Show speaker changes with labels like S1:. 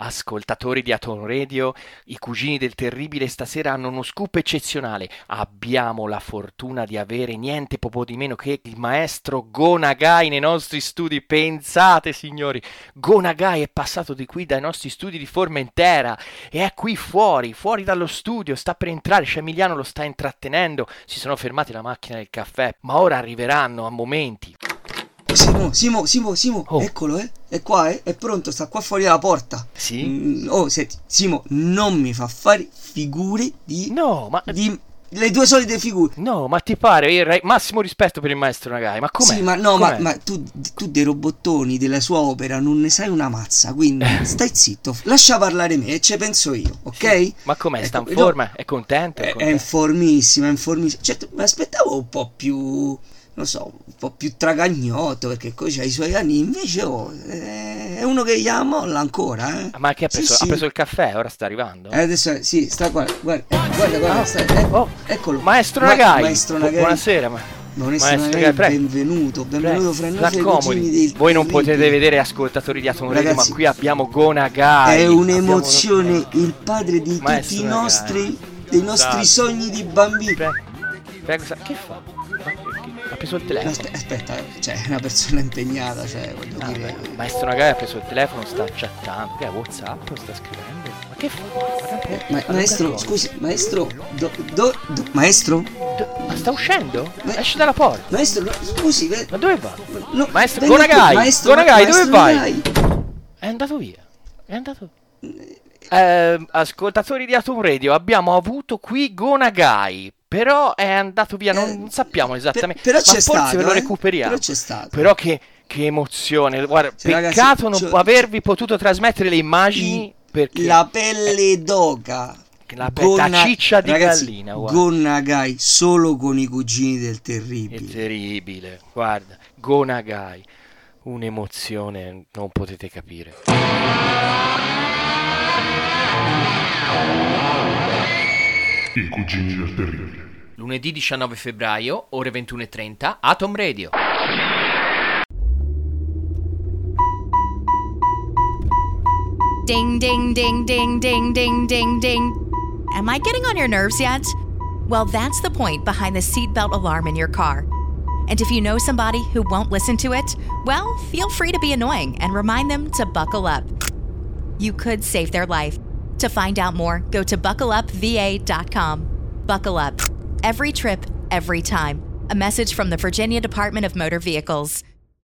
S1: Ascoltatori di Atom Radio, i cugini del terribile stasera hanno uno scoop eccezionale. Abbiamo la fortuna di avere niente po' di meno che il maestro Gonagai nei nostri studi. Pensate, signori, Gonagai è passato di qui dai nostri studi di Formentera e è qui fuori, fuori dallo studio, sta per entrare, Scemiliano lo sta intrattenendo. Si sono fermati la macchina del caffè, ma ora arriveranno a momenti.
S2: Simo, Simo, Simo, Simo,
S1: Oh.
S2: eccolo, eh. È qua, eh. È pronto, sta qua fuori dalla porta.
S1: Sì?
S2: Mm, oh, senti, Simo, non mi fa fare figure di.
S1: No, eh. ma
S2: di- le due solite figure.
S1: No, ma ti pare? Io re- massimo rispetto per il maestro Nagai, ma com'è?
S2: Sì, ma no, ma,
S1: Com'è?
S2: ma tu, tu dei robottoni della sua opera non ne sai una mazza, quindi
S1: Eh.
S2: stai zitto, lascia parlare me e ci penso io, ok?
S1: Ma com'è? Sta
S2: Ecco, Eh,
S1: in
S2: no,
S1: forma? È contento?
S2: È, è
S1: contento?
S2: informissima, è informissima. Cioè, mi aspettavo un po' più, non lo so, un po' più tragagnoto, perché così ha i suoi anni, invece oh, eh, è uno che gli molla ancora, eh.
S1: Ah, Ma che ha
S2: Sì,
S1: preso?
S2: sì.
S1: Ha preso il caffè? Ora sta arrivando?
S2: Eh, adesso, eh, sì, sta qua, guarda, eh, guarda, guarda, sta, eh,
S1: Oh,
S2: eccolo.
S1: Maestro
S2: Ma-
S1: Nagai!
S2: Maestro
S1: Bu-
S2: Nagai.
S1: Buonasera, ma...
S2: Maestro
S1: Maestro
S2: Nagai,
S1: Nagai, prego.
S2: benvenuto, benvenuto fra noi. fra i cugini
S1: S'accomodi.
S2: del
S1: Voi non
S2: terribile.
S1: potete vedere ascoltatori di Atom Radio, ma
S2: Ragazzi,
S1: qui abbiamo Gonagai.
S2: È
S1: Abbiamo-
S2: un'emozione, il padre di tutti
S1: Maestro
S2: i
S1: Nagai.
S2: nostri, dei nostri
S1: Esatto.
S2: sogni di bambini.
S1: Prego, prego, sa- che fa? Ma perché? Ha preso il
S2: No,
S1: telefono.
S2: aspe- aspetta, eh, cioè, è una persona impegnata, cioè, voglio
S1: Ah,
S2: dire.
S1: beh, Maestro Nagai ha preso il telefono, sta chattando. Che è Whatsapp? Sta scrivendo. Ma che fa? Guarda un po'.
S2: Eh, ma-
S1: Guarda un
S2: maestro,
S1: po'.
S2: scusi, maestro, do, do, do- maestro?
S1: Do- Ma sta uscendo?
S2: Ma-
S1: Esce dalla porta.
S2: Maestro, no, scusi, eh,
S1: Ma dove va?
S2: no,
S1: Maestro,
S2: venga qui,
S1: Gonagai,
S2: maestro,
S1: Gonagai, dove
S2: maestro
S1: vai?
S2: Nagai.
S1: È andato via. È andato. Eh, ascoltatori di Atom Radio, abbiamo avuto qui Gonagai. Però è andato via, non,
S2: Eh,
S1: non sappiamo esattamente.
S2: però
S1: ma
S2: c'è
S1: forse
S2: stato,
S1: ve lo
S2: eh,
S1: recuperiamo.
S2: però c'è stato.
S1: Però che, che emozione. Guarda,
S2: Sì, ragazzi,
S1: peccato non
S2: c'ho-
S1: avervi potuto trasmettere le immagini.
S2: I-
S1: perché Eh.
S2: La pelle d'oca.
S1: La pe- la ciccia di gallina, guarda.
S2: Gonagai solo con i cugini del
S1: è
S2: terribile.
S1: terribile. Guarda, Gonagai. Un'emozione, non potete capire.
S3: I cugini del terribile.
S4: Lunedì 19 febbraio, ore 21.30, Atom Radio.
S5: Ding, ding, ding, ding, ding, ding, ding, ding. Am I getting on your nerves yet? Well, that's the point behind the seatbelt alarm in your car. And if you know somebody who won't listen to it, well, feel free to be annoying and remind them to buckle up. You could save their life. To find out more, go to buckleupva.com. Buckle up. Every trip, every time. A message from the Virginia Department of Motor Vehicles.